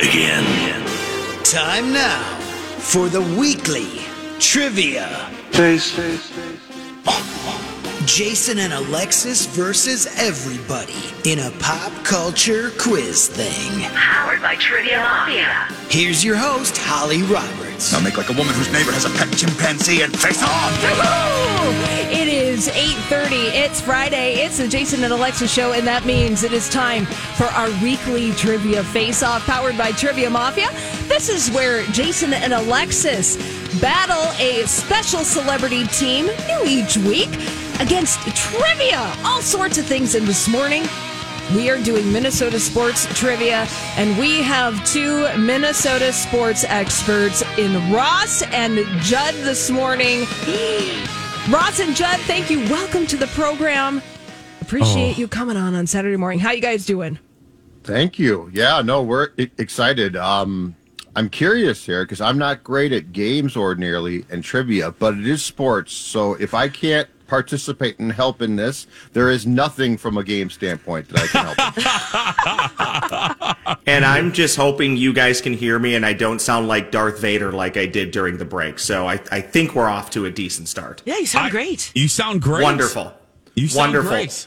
begin. Time now for the weekly trivia. Face, face, face. Jason and Alexis versus everybody in a pop culture quiz thing. Powered by Trivia Mafia. Here's your host, Holly Roberts. Now make like a woman whose neighbor has a pet chimpanzee and face off. It is 8:30. It's Friday. It's the Jason and Alexa show and that means it is time for our weekly trivia face-off powered by Trivia Mafia. This is where Jason and Alexis battle a special celebrity team new each week against trivia, all sorts of things and this morning we are doing Minnesota sports trivia, and we have two Minnesota sports experts in Ross and Judd this morning. Ross and Judd, thank you. Welcome to the program. Appreciate you coming on on Saturday morning. How you guys doing? Thank you. Yeah, no, we're e- excited. Um, I'm curious here because I'm not great at games ordinarily and trivia, but it is sports. So if I can't participate and help in this, there is nothing from a game standpoint that I can help. with. And I'm just hoping you guys can hear me and I don't sound like Darth Vader like I did during the break. So I, I think we're off to a decent start. Yeah, you sound great. You sound great. Wonderful. You sound Wonderful. great.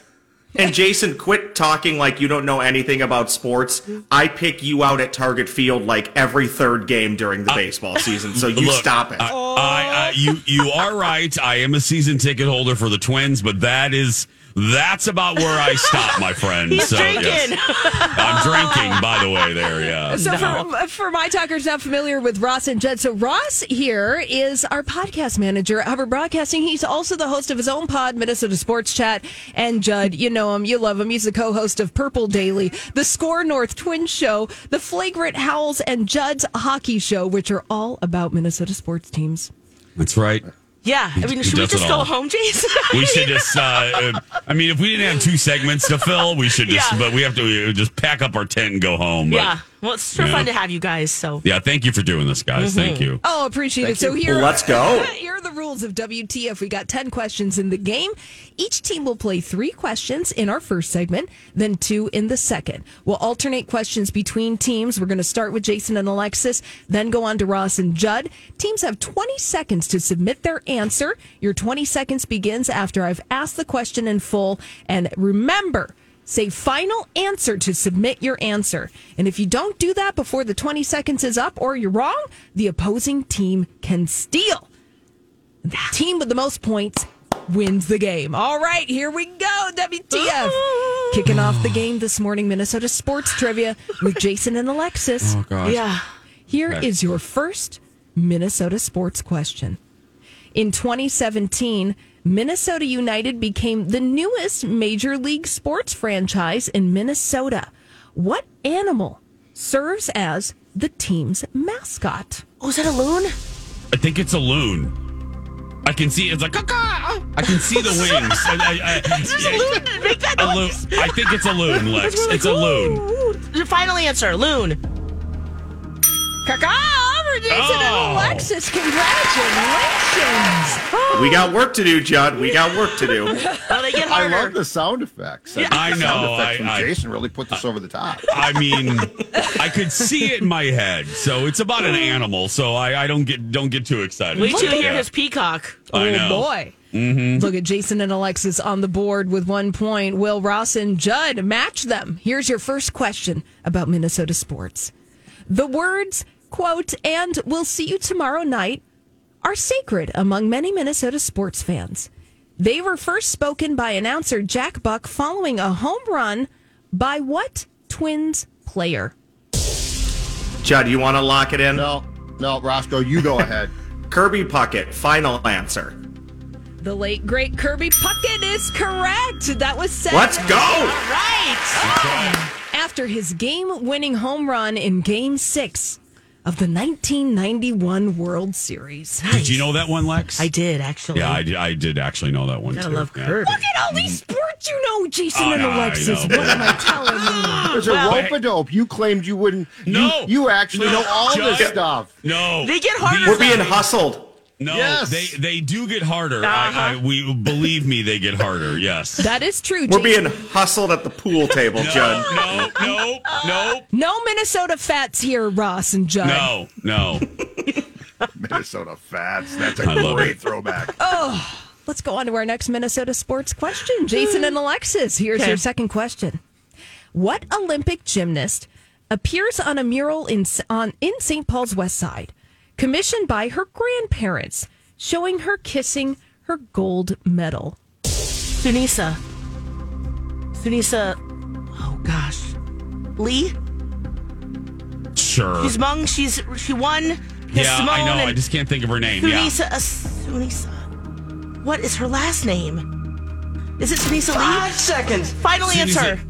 And Jason, quit talking like you don't know anything about sports. I pick you out at Target Field like every third game during the baseball season. So you Look, stop it. I, I, I, you you are right. I am a season ticket holder for the Twins, but that is that's about where I stop, my friend. He's So, yes. drinking. I'm drinking, by the way. There, yeah. So for, for my talkers not familiar with Ross and Judd, so Ross here is our podcast manager at Hubbard Broadcasting. He's also the host of his own pod, Minnesota Sports Chat. And Judd, you know him, you love him. He's the co-host of Purple Daily, the Score North Twins Show, the Flagrant Howls, and Judd's Hockey Show, which are all about Minnesota sports teams. That's right. Yeah, I mean, He should we does just it go all. home, Jason? We should just. Uh, uh, I mean, if we didn't have two segments to fill, we should just. Yeah. But we have to uh, just pack up our tent and go home. But, yeah. Well, it's so Yeah. fun to have you guys. So Yeah. Thank you for doing this, guys. Mm-hmm. Thank you. Oh, appreciate it. So here, Let's go. Here are the rules of WTF. We got 10 questions in the game. Each team will play three questions in our first segment, then two in the second. We'll alternate questions between teams. We're going to start with Jason and Alexis, then go on to Ross and Judd. Teams have 20 seconds to submit their answer. Your 20 seconds begins after I've asked the question in full. And remember, Say final answer to submit your answer. And if you don't do that before the 20 seconds is up or you're wrong, the opposing team can steal. The team with the most points wins the game. All right, here we go. WTF. Kicking off the game this morning, Minnesota Sports Trivia with Jason and Alexis. Oh, Oh, yeah, Here is your first Minnesota sports question. In 2017, Minnesota United became the newest major league sports franchise in Minnesota. What animal serves as the team's mascot? oh, is that a loon? I think it's a loon. I can see it's like caw-caw. I can see the wings. I, I, I, There's a loon. that Make that A loon. noise. I think it's a loon, Lex. That's really It's a loon. cool. Your final answer, loon. Caw-caw for Jason Oh. and Alexis. Congratulations. we got work to do, Judd. We got work to do. Oh, they get I harder. love the sound effects. think I the Sound know, effects I- from I- Jason really put this over the top. I mean, I could see it in my head. So it's about an animal. So I, I don't get don't get too excited. Wait till you hear Yeah. his peacock. I oh, know. Mm-hmm. boy. Look at Jason and Alexis on the board with one point. Will Ross and Judd match them? Here's your first question about Minnesota sports. The words, quote, and we'll see you tomorrow night are sacred among many Minnesota sports fans. They were first spoken by announcer Jack Buck following a home run by what Twins player? Judd, you want to lock it in? No, no, Roscoe, you go ahead. Kirby Puckett, final answer. The late, great Kirby Puckett is correct. That was said. Let's go. Right. after his game winning home run in game six of the 1991 World Series. Did you know that one, Lex? I did actually. Yeah, I did, I did actually know that one. I too. love Yeah. Kirby. Look at all these sports you know, Jason Oh, and no, I Alexis. know. What am I telling you? There's a Well- rope a dope. You claimed you wouldn't. No. You, you actually No, know all this Judd. stuff. No, They get harder. We're being hustled. No, Yes. they they do get harder. Uh-huh. I, I, we believe me, they get harder. Yes. That is true. We're Jason. being hustled at the pool table, Judd. No, no, no, no Minnesota fats here, Ross and Judd. no, no. Minnesota Fats. That's a I love great it. throwback. Let's go on to our next Minnesota sports question. Jason and Alexis, here's Okay. your second question. What Olympic gymnast appears on a mural in on in St. Paul's West Side, commissioned by her grandparents, showing her kissing her gold medal? Sunisa. Sunisa. Oh gosh. Lee. Sure. She's Hmong. She's she won. because yeah, Simone I know. and I just can't think of her name. Yeah. Sunisa. uh, Sunisa. What is her last name? Is it Sunisa Lee? Five seconds. Final Sunisa- answer.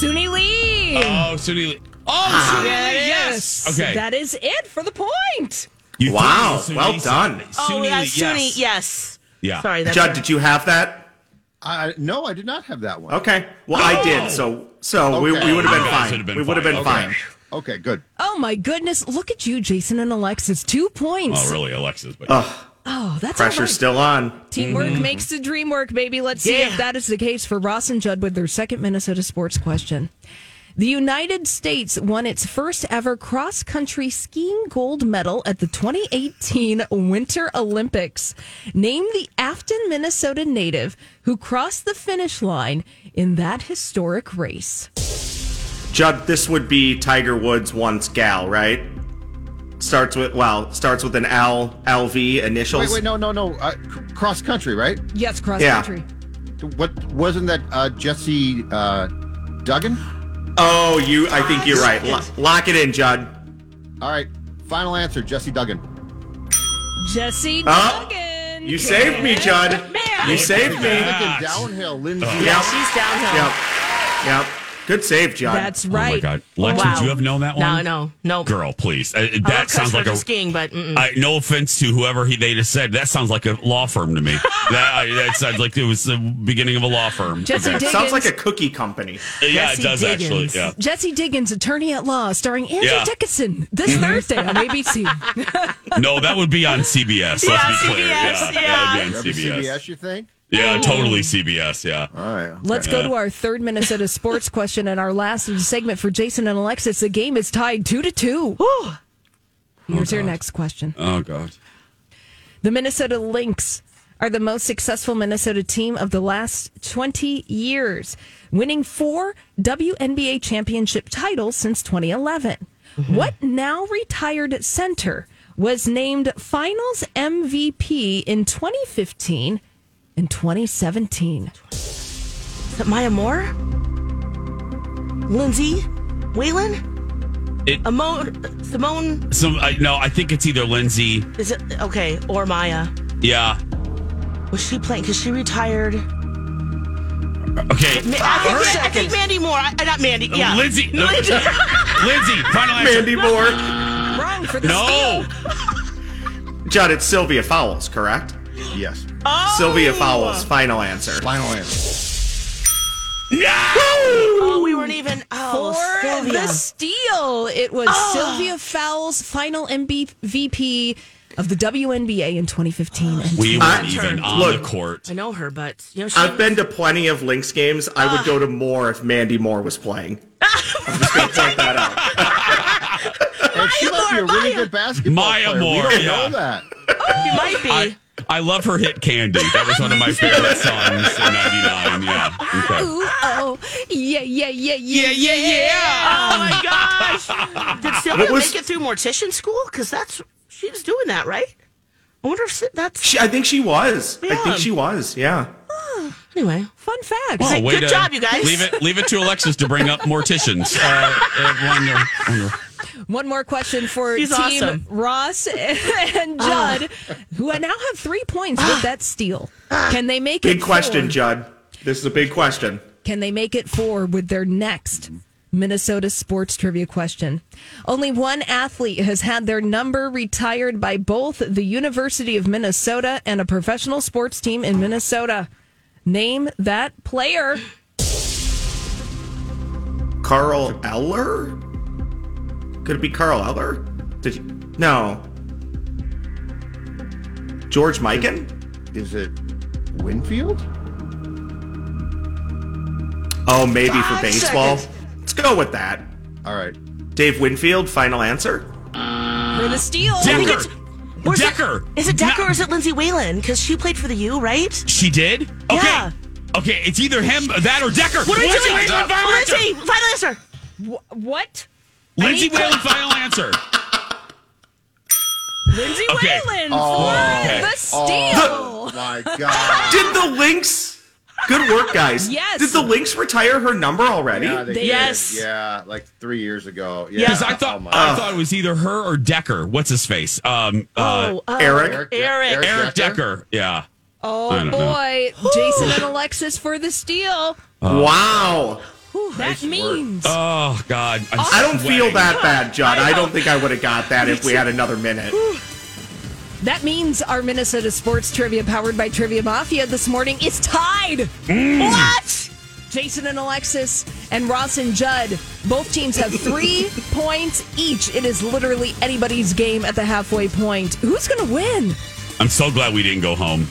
Suni Lee. Oh, Suni. Oh, Ah. Suni. Yes. Okay. That is it for the point. You Wow, thought it was well Sunisa. done. oh, Suni, yeah, yes. Suni. Yes. Yeah. Sorry, that's Judd, did you have that? I, no, I did not have that one. Okay. Well, I did. So, so we, Okay. we would have You been guys fine. would've been we would have fine. been Okay. fine. Okay, good. Oh my goodness. Look at you, Jason and Alexis. Two points. Well, really, Alexis, but Oh, that's all Pressure's right. still on. Teamwork Mm-hmm. makes the dream work, baby. Let's see if Yeah. that is the case for Ross and Judd with their second Minnesota sports question. The United States won its first ever cross country skiing gold medal at the 2018 Winter Olympics. Name the Afton, Minnesota native who crossed the finish line in that historic race. Judd, this would be Tiger Woods once gal, right? Starts with well, starts with an L L V initials. Wait, wait, no, no, no. Uh, c- cross country, right? Yes, cross Yeah. country. What wasn't that uh, Jesse uh, Duggan? Oh, you I think you're right. Lo- lock it in, Judd. All right, final answer, Jesse Duggan. Jesse Oh, Duggan. You saved me, Judd. You saved me. Yeah. Yep. Duggan Yes. downhill, Lindsay. yeah, she's downhill. Yep. Good save, Judd. That's oh right. my god, Lex, Wow. would you have known that No, Oh, one? no, no. Girl, please. Uh, I love that sounds like cross-country a. Uh, skiing, but mm-mm. I, no offense to whoever he they just said. That sounds like a law firm to me. that, I, that sounds like it was the beginning of a law firm. Jesse Okay. Diggins. Sounds like a cookie company. yeah, it Jesse does Diggins. actually. Yeah. Jesse Diggins, attorney at law, starring Andrew Yeah. Mm-hmm. Dickinson, this Thursday on ABC. No, that would be on CBS. Let's Yeah, be clear. CBS, yeah, Remember that'd be on CBS. CBS, you think? Yeah, totally CBS. Oh, Yeah. All right. Let's go to our third Minnesota sports question and our last segment for Jason and Alexis. The game is tied two to two. Here's your next question. Oh god. The Minnesota Lynx are the most successful Minnesota team of the last 20 years, winning four WNBA championship titles since 2011. What now retired center was named finals MVP in 2015 and 2017? Is it Maya Moore? Lindsay? Waylon? It- Amo- Simone? So I, no, I think it's either Lindsay. Is it okay? Or Maya? Yeah. Was she playing? Because she retired. Okay. Ma- I, Her think, Ma- I think seconds. Mandy Moore. I, not Mandy. Yeah. Lindsay. Lindsay. Final answer. Mandy Moore. Wrong for the No. Judd, it's Sylvia Fowles, correct? Yes. Oh! Sylvia Fowles, final answer. Final answer. No. Oh, we weren't even. Oh, for Sylvia. the steal. It was Sylvia Fowles' final MVP of the WNBA in 2015. And We I- weren't even on Look. the court. I know her, but you know she. I've been to plenty of Lynx games. I would Ah. go to more if Mandy Moore was playing. I'm just going to point that out. And she might be a Moore, really Maya- good basketball Maya player. Moore, we don't yeah. know that. she might be. I, I love her hit Candy. That was one of my favorite songs in 99. Yeah. Okay. Ooh, oh, yeah, yeah, yeah, yeah, yeah. oh my gosh! Did Sylvia was- make it through mortician school? Because that's she was doing that, right? I wonder if si- that's She, I think she was. I Yeah. think she was, yeah. anyway. Fun fact. Oh, way good to- job, you guys. Leave it, leave it to Alexis to bring up morticians. Uh, uh, wonder- wonder. One more question for She's Team awesome. Ross and Judd, who now have three points with that steal. Can they make it Big question, four? Judd. This is a big question. Can they make it four with their next Minnesota sports trivia question? Only one athlete has had their number retired by both the University of Minnesota and a professional sports team in Minnesota. Name that player. Carl Eller? Could it be Carl Eller? Did you, no. George Mikan? Is it Winfield? Oh, maybe for Five baseball. seconds. Let's go with that. All right. Dave Winfield, final answer. For the steal. Decker. Or is it- Decker. Is it Decker No- or is it Lindsay Whalen? Because she played for the U, right? She did? Okay. Yeah. Okay, it's either him, that, or Decker. What are we Lindsay doing? Whalen, final answer. Lindsay, final answer. Wh- What? Lindsay I need to- Whalen, final answer. Lindsay Okay. Whalen Oh, for okay. the steal. Oh my god. Did the Lynx? Good work, guys. Yes. Did the Lynx retire her number already? Yeah, they They- did. Yes. Yeah, like three years ago. Yeah. Because I Oh thought my- I thought it was either her or Decker. What's his face? Um, uh, oh, uh, Eric? Eric, Eric. Eric Decker. Yeah. I Oh don't boy, Jason and Alexis for the steal. wow. that means Oh God. I'm I don't feel sweating. that bad, John. I don't think I would have got that if we had another minute. that means our Minnesota sports trivia powered by Trivia Mafia this morning is tied. What? Jason and Alexis and Ross and Judd. Both teams have three points each. It is literally anybody's game at the halfway point. Who's going to win? I'm so glad we didn't go home.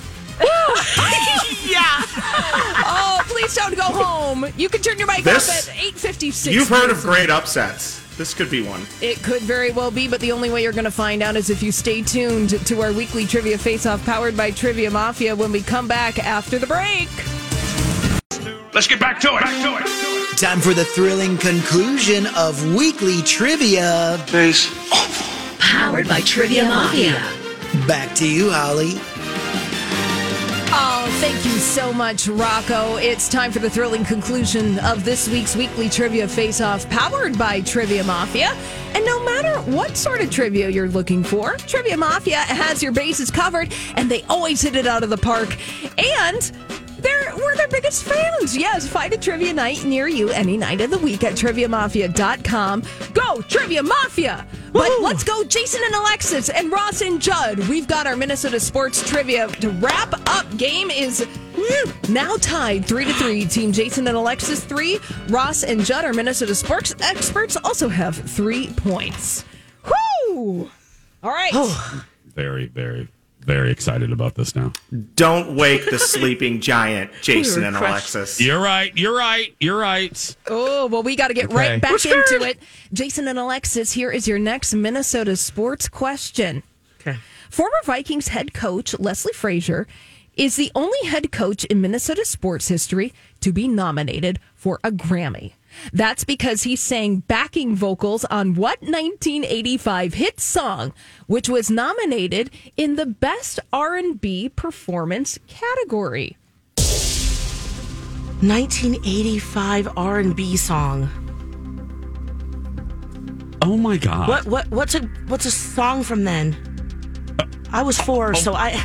Oh, please don't go home. You can turn your mic This- off at 8.56. You've heard of great upsets. This could be one. It could very well be, but the only way you're going to find out is if you stay tuned to our weekly trivia face off powered by Trivia Mafia when we come back after the break. Let's get back to it. Back to it. Time for the thrilling conclusion of weekly trivia. Powered by Trivia Mafia. Back to you, Holly. Oh, thank you so much, Rocco. It's time for the thrilling conclusion of this week's weekly trivia face off powered by Trivia Mafia. And no matter what sort of trivia you're looking for, Trivia Mafia has your bases covered and they always hit it out of the park. And They're, we're their biggest fans. Yes, find a trivia night near you any night of the week at triviamafia.com. Go, Trivia Mafia! But let's go, Jason and Alexis and Ross and Judd. We've got our Minnesota sports trivia to wrap up. Game is woo, now tied three to three. Team Jason and Alexis three. Ross and Judd, our Minnesota sports experts, also have three points. Whoo! All right. Very, very, very excited about this now. Don't wake the sleeping giant, Jason were and crushed. Alexis. You're right. You're right. You're right. Oh, well, we got to get Okay. right back into it. Jason and Alexis, here is your next Minnesota sports question. Okay. Former Vikings head coach Leslie Frazier is the only head coach in Minnesota sports history to be nominated for a Grammy. That's because he sang backing vocals on what 1985 hit song, which was nominated in the Best R&B Performance category. 1985 R&B song. Oh my God. What what what's a what's a song from then? I was four, so I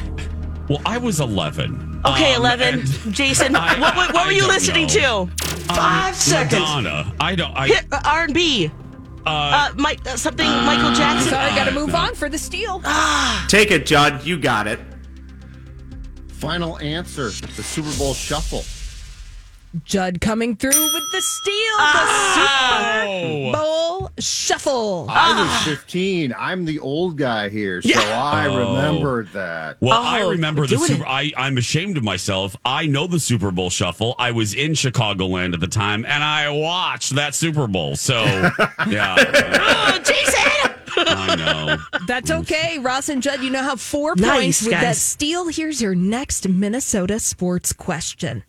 Well, I was 11. okay. Um, Eleven, and- Jason. I- what what, what I were you don't listening know. to? Five seconds. Madonna. I don't. I. Hit R and B. Uh, Mike, uh, something Michael Jackson. Sorry, got to move on for the steal. Take it, Judd. You got it. Final answer the Super Bowl shuffle. Judd coming through with the steal, Ah! the Super Bowl shuffle. I was 15. I'm the old guy here, so I remembered that. Well, Oh, I remember the do it. Super. I, I'm ashamed of myself. I know the Super Bowl shuffle. I was in Chicagoland at the time, and I watched that Super Bowl. So, yeah, Oh, Jason. I know. That's okay, Ross and Judd. You now have four Nice, points with that guys. steal. Here's your next Minnesota sports question.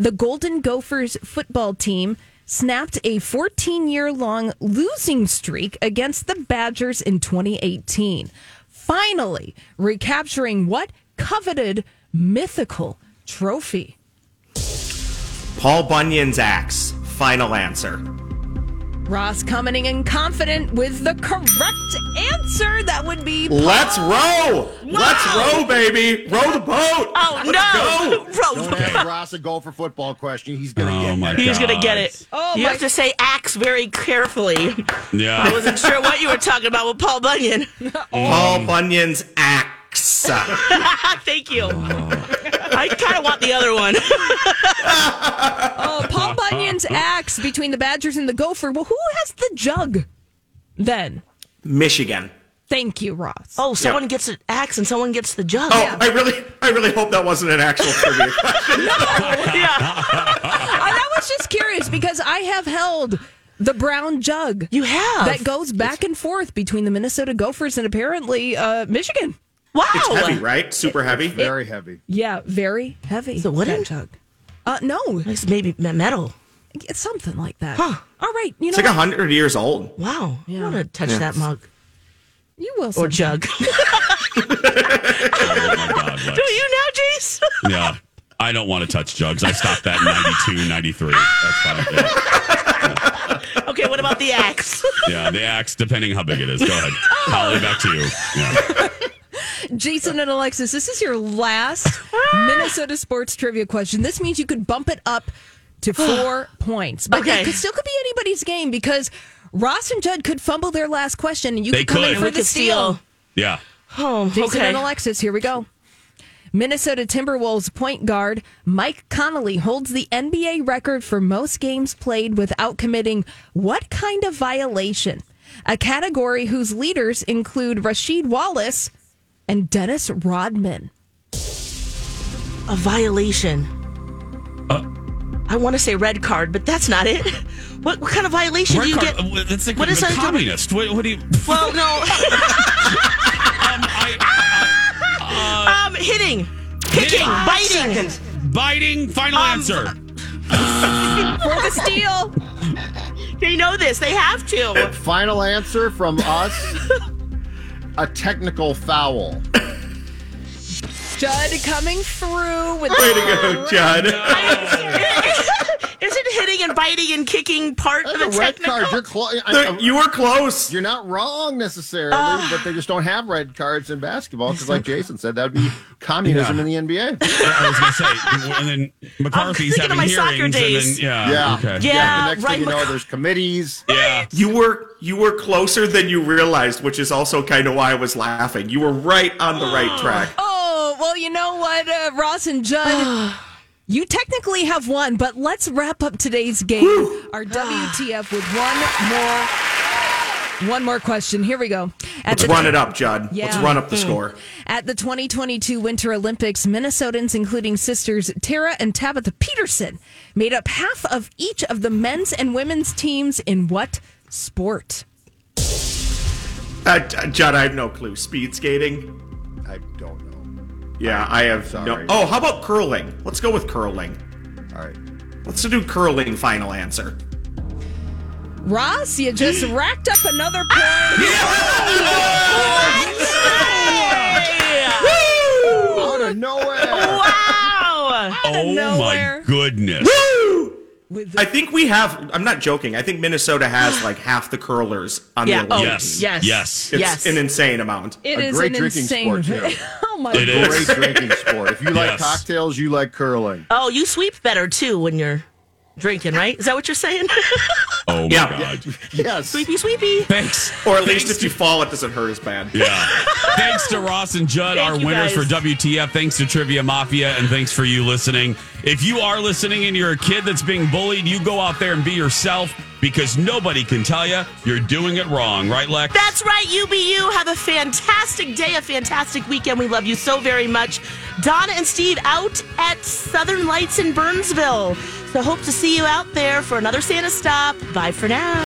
The Golden Gophers football team snapped a 14 year long losing streak against the Badgers in 2018, finally recapturing what coveted mythical trophy. Paul Bunyan's axe. Final answer. Ross coming in confident with the correct answer. That would be Let's row. Let's row, baby. Row the boat. Oh no. Bro, Don't ask Ross a goal for football question. He's going to Oh get my god, it. He's gonna get it. Oh, you my- have to say axe very carefully. I Yeah, wasn't sure what you were talking about with Paul Bunyan. Paul Bunyan's axe. Ah, Thank you. I kind of want the other one. oh, Paul Bunyan's axe between the Badgers and the Gopher. Well, who has the jug then? Michigan. Thank you, Ross. Oh, someone gets an axe and someone gets the jug. Oh, I really, I really hope that wasn't an actual trivia. I, I was just curious because I have held the brown jug You have. that goes back and forth between the Minnesota Gophers and apparently uh, Michigan. wow. It's heavy, right? Super heavy. Very heavy. Yeah, very heavy. Is it wooden? that jug. Uh, no, It's maybe me- metal. it's something like that. Huh. All right, you know, It's like what? hundred years old. Wow. I want to touch that mug you will. or sometime. jug. Do Oh my God, Lex. you now, Jace? Yeah. I don't want to touch jugs. I stopped that in 92, 93. That's fine. Yeah. okay, what about the axe? yeah, the axe, depending how big it is. Go ahead. Holly, back to you. Yeah. Jason and Alexis, this is your last Minnesota sports trivia question. This means you could bump it up to four points, but Okay. it could, still could be anybody's game because Ross and Judd could fumble their last question, and you They could come in could. for We the could steal. steal. yeah. Oh, Jason okay. and Alexis, here we go. Minnesota Timberwolves point guard Mike Connolly holds the NBA record for most games played without committing what kind of violation? A category whose leaders include Rashid Wallace and Dennis Rodman. a violation. Uh. I want to say red card, but that's not it. What, what kind of violation do you Red card- get? uh, That's like What what is is a that? communist. What, what do you. Um, Well, no. I, um, hitting, kicking, uh. Hitting. biting. biting, final Um, answer. For the steal. They know this. They have to. Final answer from us a technical foul. Judd coming through with Way to go, Judd. Isn't hitting and biting and kicking part of a That's a red technical? card. You're, clo- I- I- You were close. you're not wrong necessarily, but they just don't have red cards in basketball because, like Jason said, that would be communism in the NBA. I was going to say, and then McCarthy's thinking having of my soccer hearings, days. and then Yeah. yeah, okay. Yeah. the next right, thing you know, Mc- there's committees. yeah. You were you were closer than you realized, which is also kind of why I was laughing. You were right on the right track. Oh, well, you know what, uh, Ross and Judd? you technically have won, but let's wrap up today's game, our WTF, with one more. One more question. Here we go. At Let's run it up, Judd. Yeah. Let's run up the Hmm. score. At the 2022 Winter Olympics, Minnesotans, including sisters Tara and Tabitha Peterson, made up half of each of the men's and women's teams in what sport? Uh, J- Judd, I have no clue. Speed skating. I don't Yeah, I have Sorry. no. Oh, how about curling? Let's go with curling. know. All right. Let's do curling. Final answer. Ross, you just racked up another point. Out of nowhere. Wow. Oh nowhere. my goodness. With I think we have. I'm not joking. I think Minnesota has like half the curlers on Yeah. the Oh, Olympics. Yes. Yes. Yes. It's yes. an insane amount. It A is great an drinking insane. sport, too. oh my It god! is. Great drinking sport. If you like Yes. cocktails, you like curling. oh, you sweep better too when you're drinking, right? Is that what you're saying? Oh my Yeah. God. Yes. sweepy, sweepy. Thanks. Or at least if you fall, it doesn't hurt as bad. Yeah. thanks to Ross and Judd, Thank our you winners guys. for WTF. Thanks to Trivia Mafia, and thanks for you listening. If you are listening and you're a kid that's being bullied, you go out there and be yourself because nobody can tell you you're doing it wrong, right, Lex? That's right, UBU. Have a fantastic day, a fantastic weekend. We love you so very much. Donna and Steve out at Southern Lights in Burnsville. So hope to see you out there for another Santa stop. Bye for now.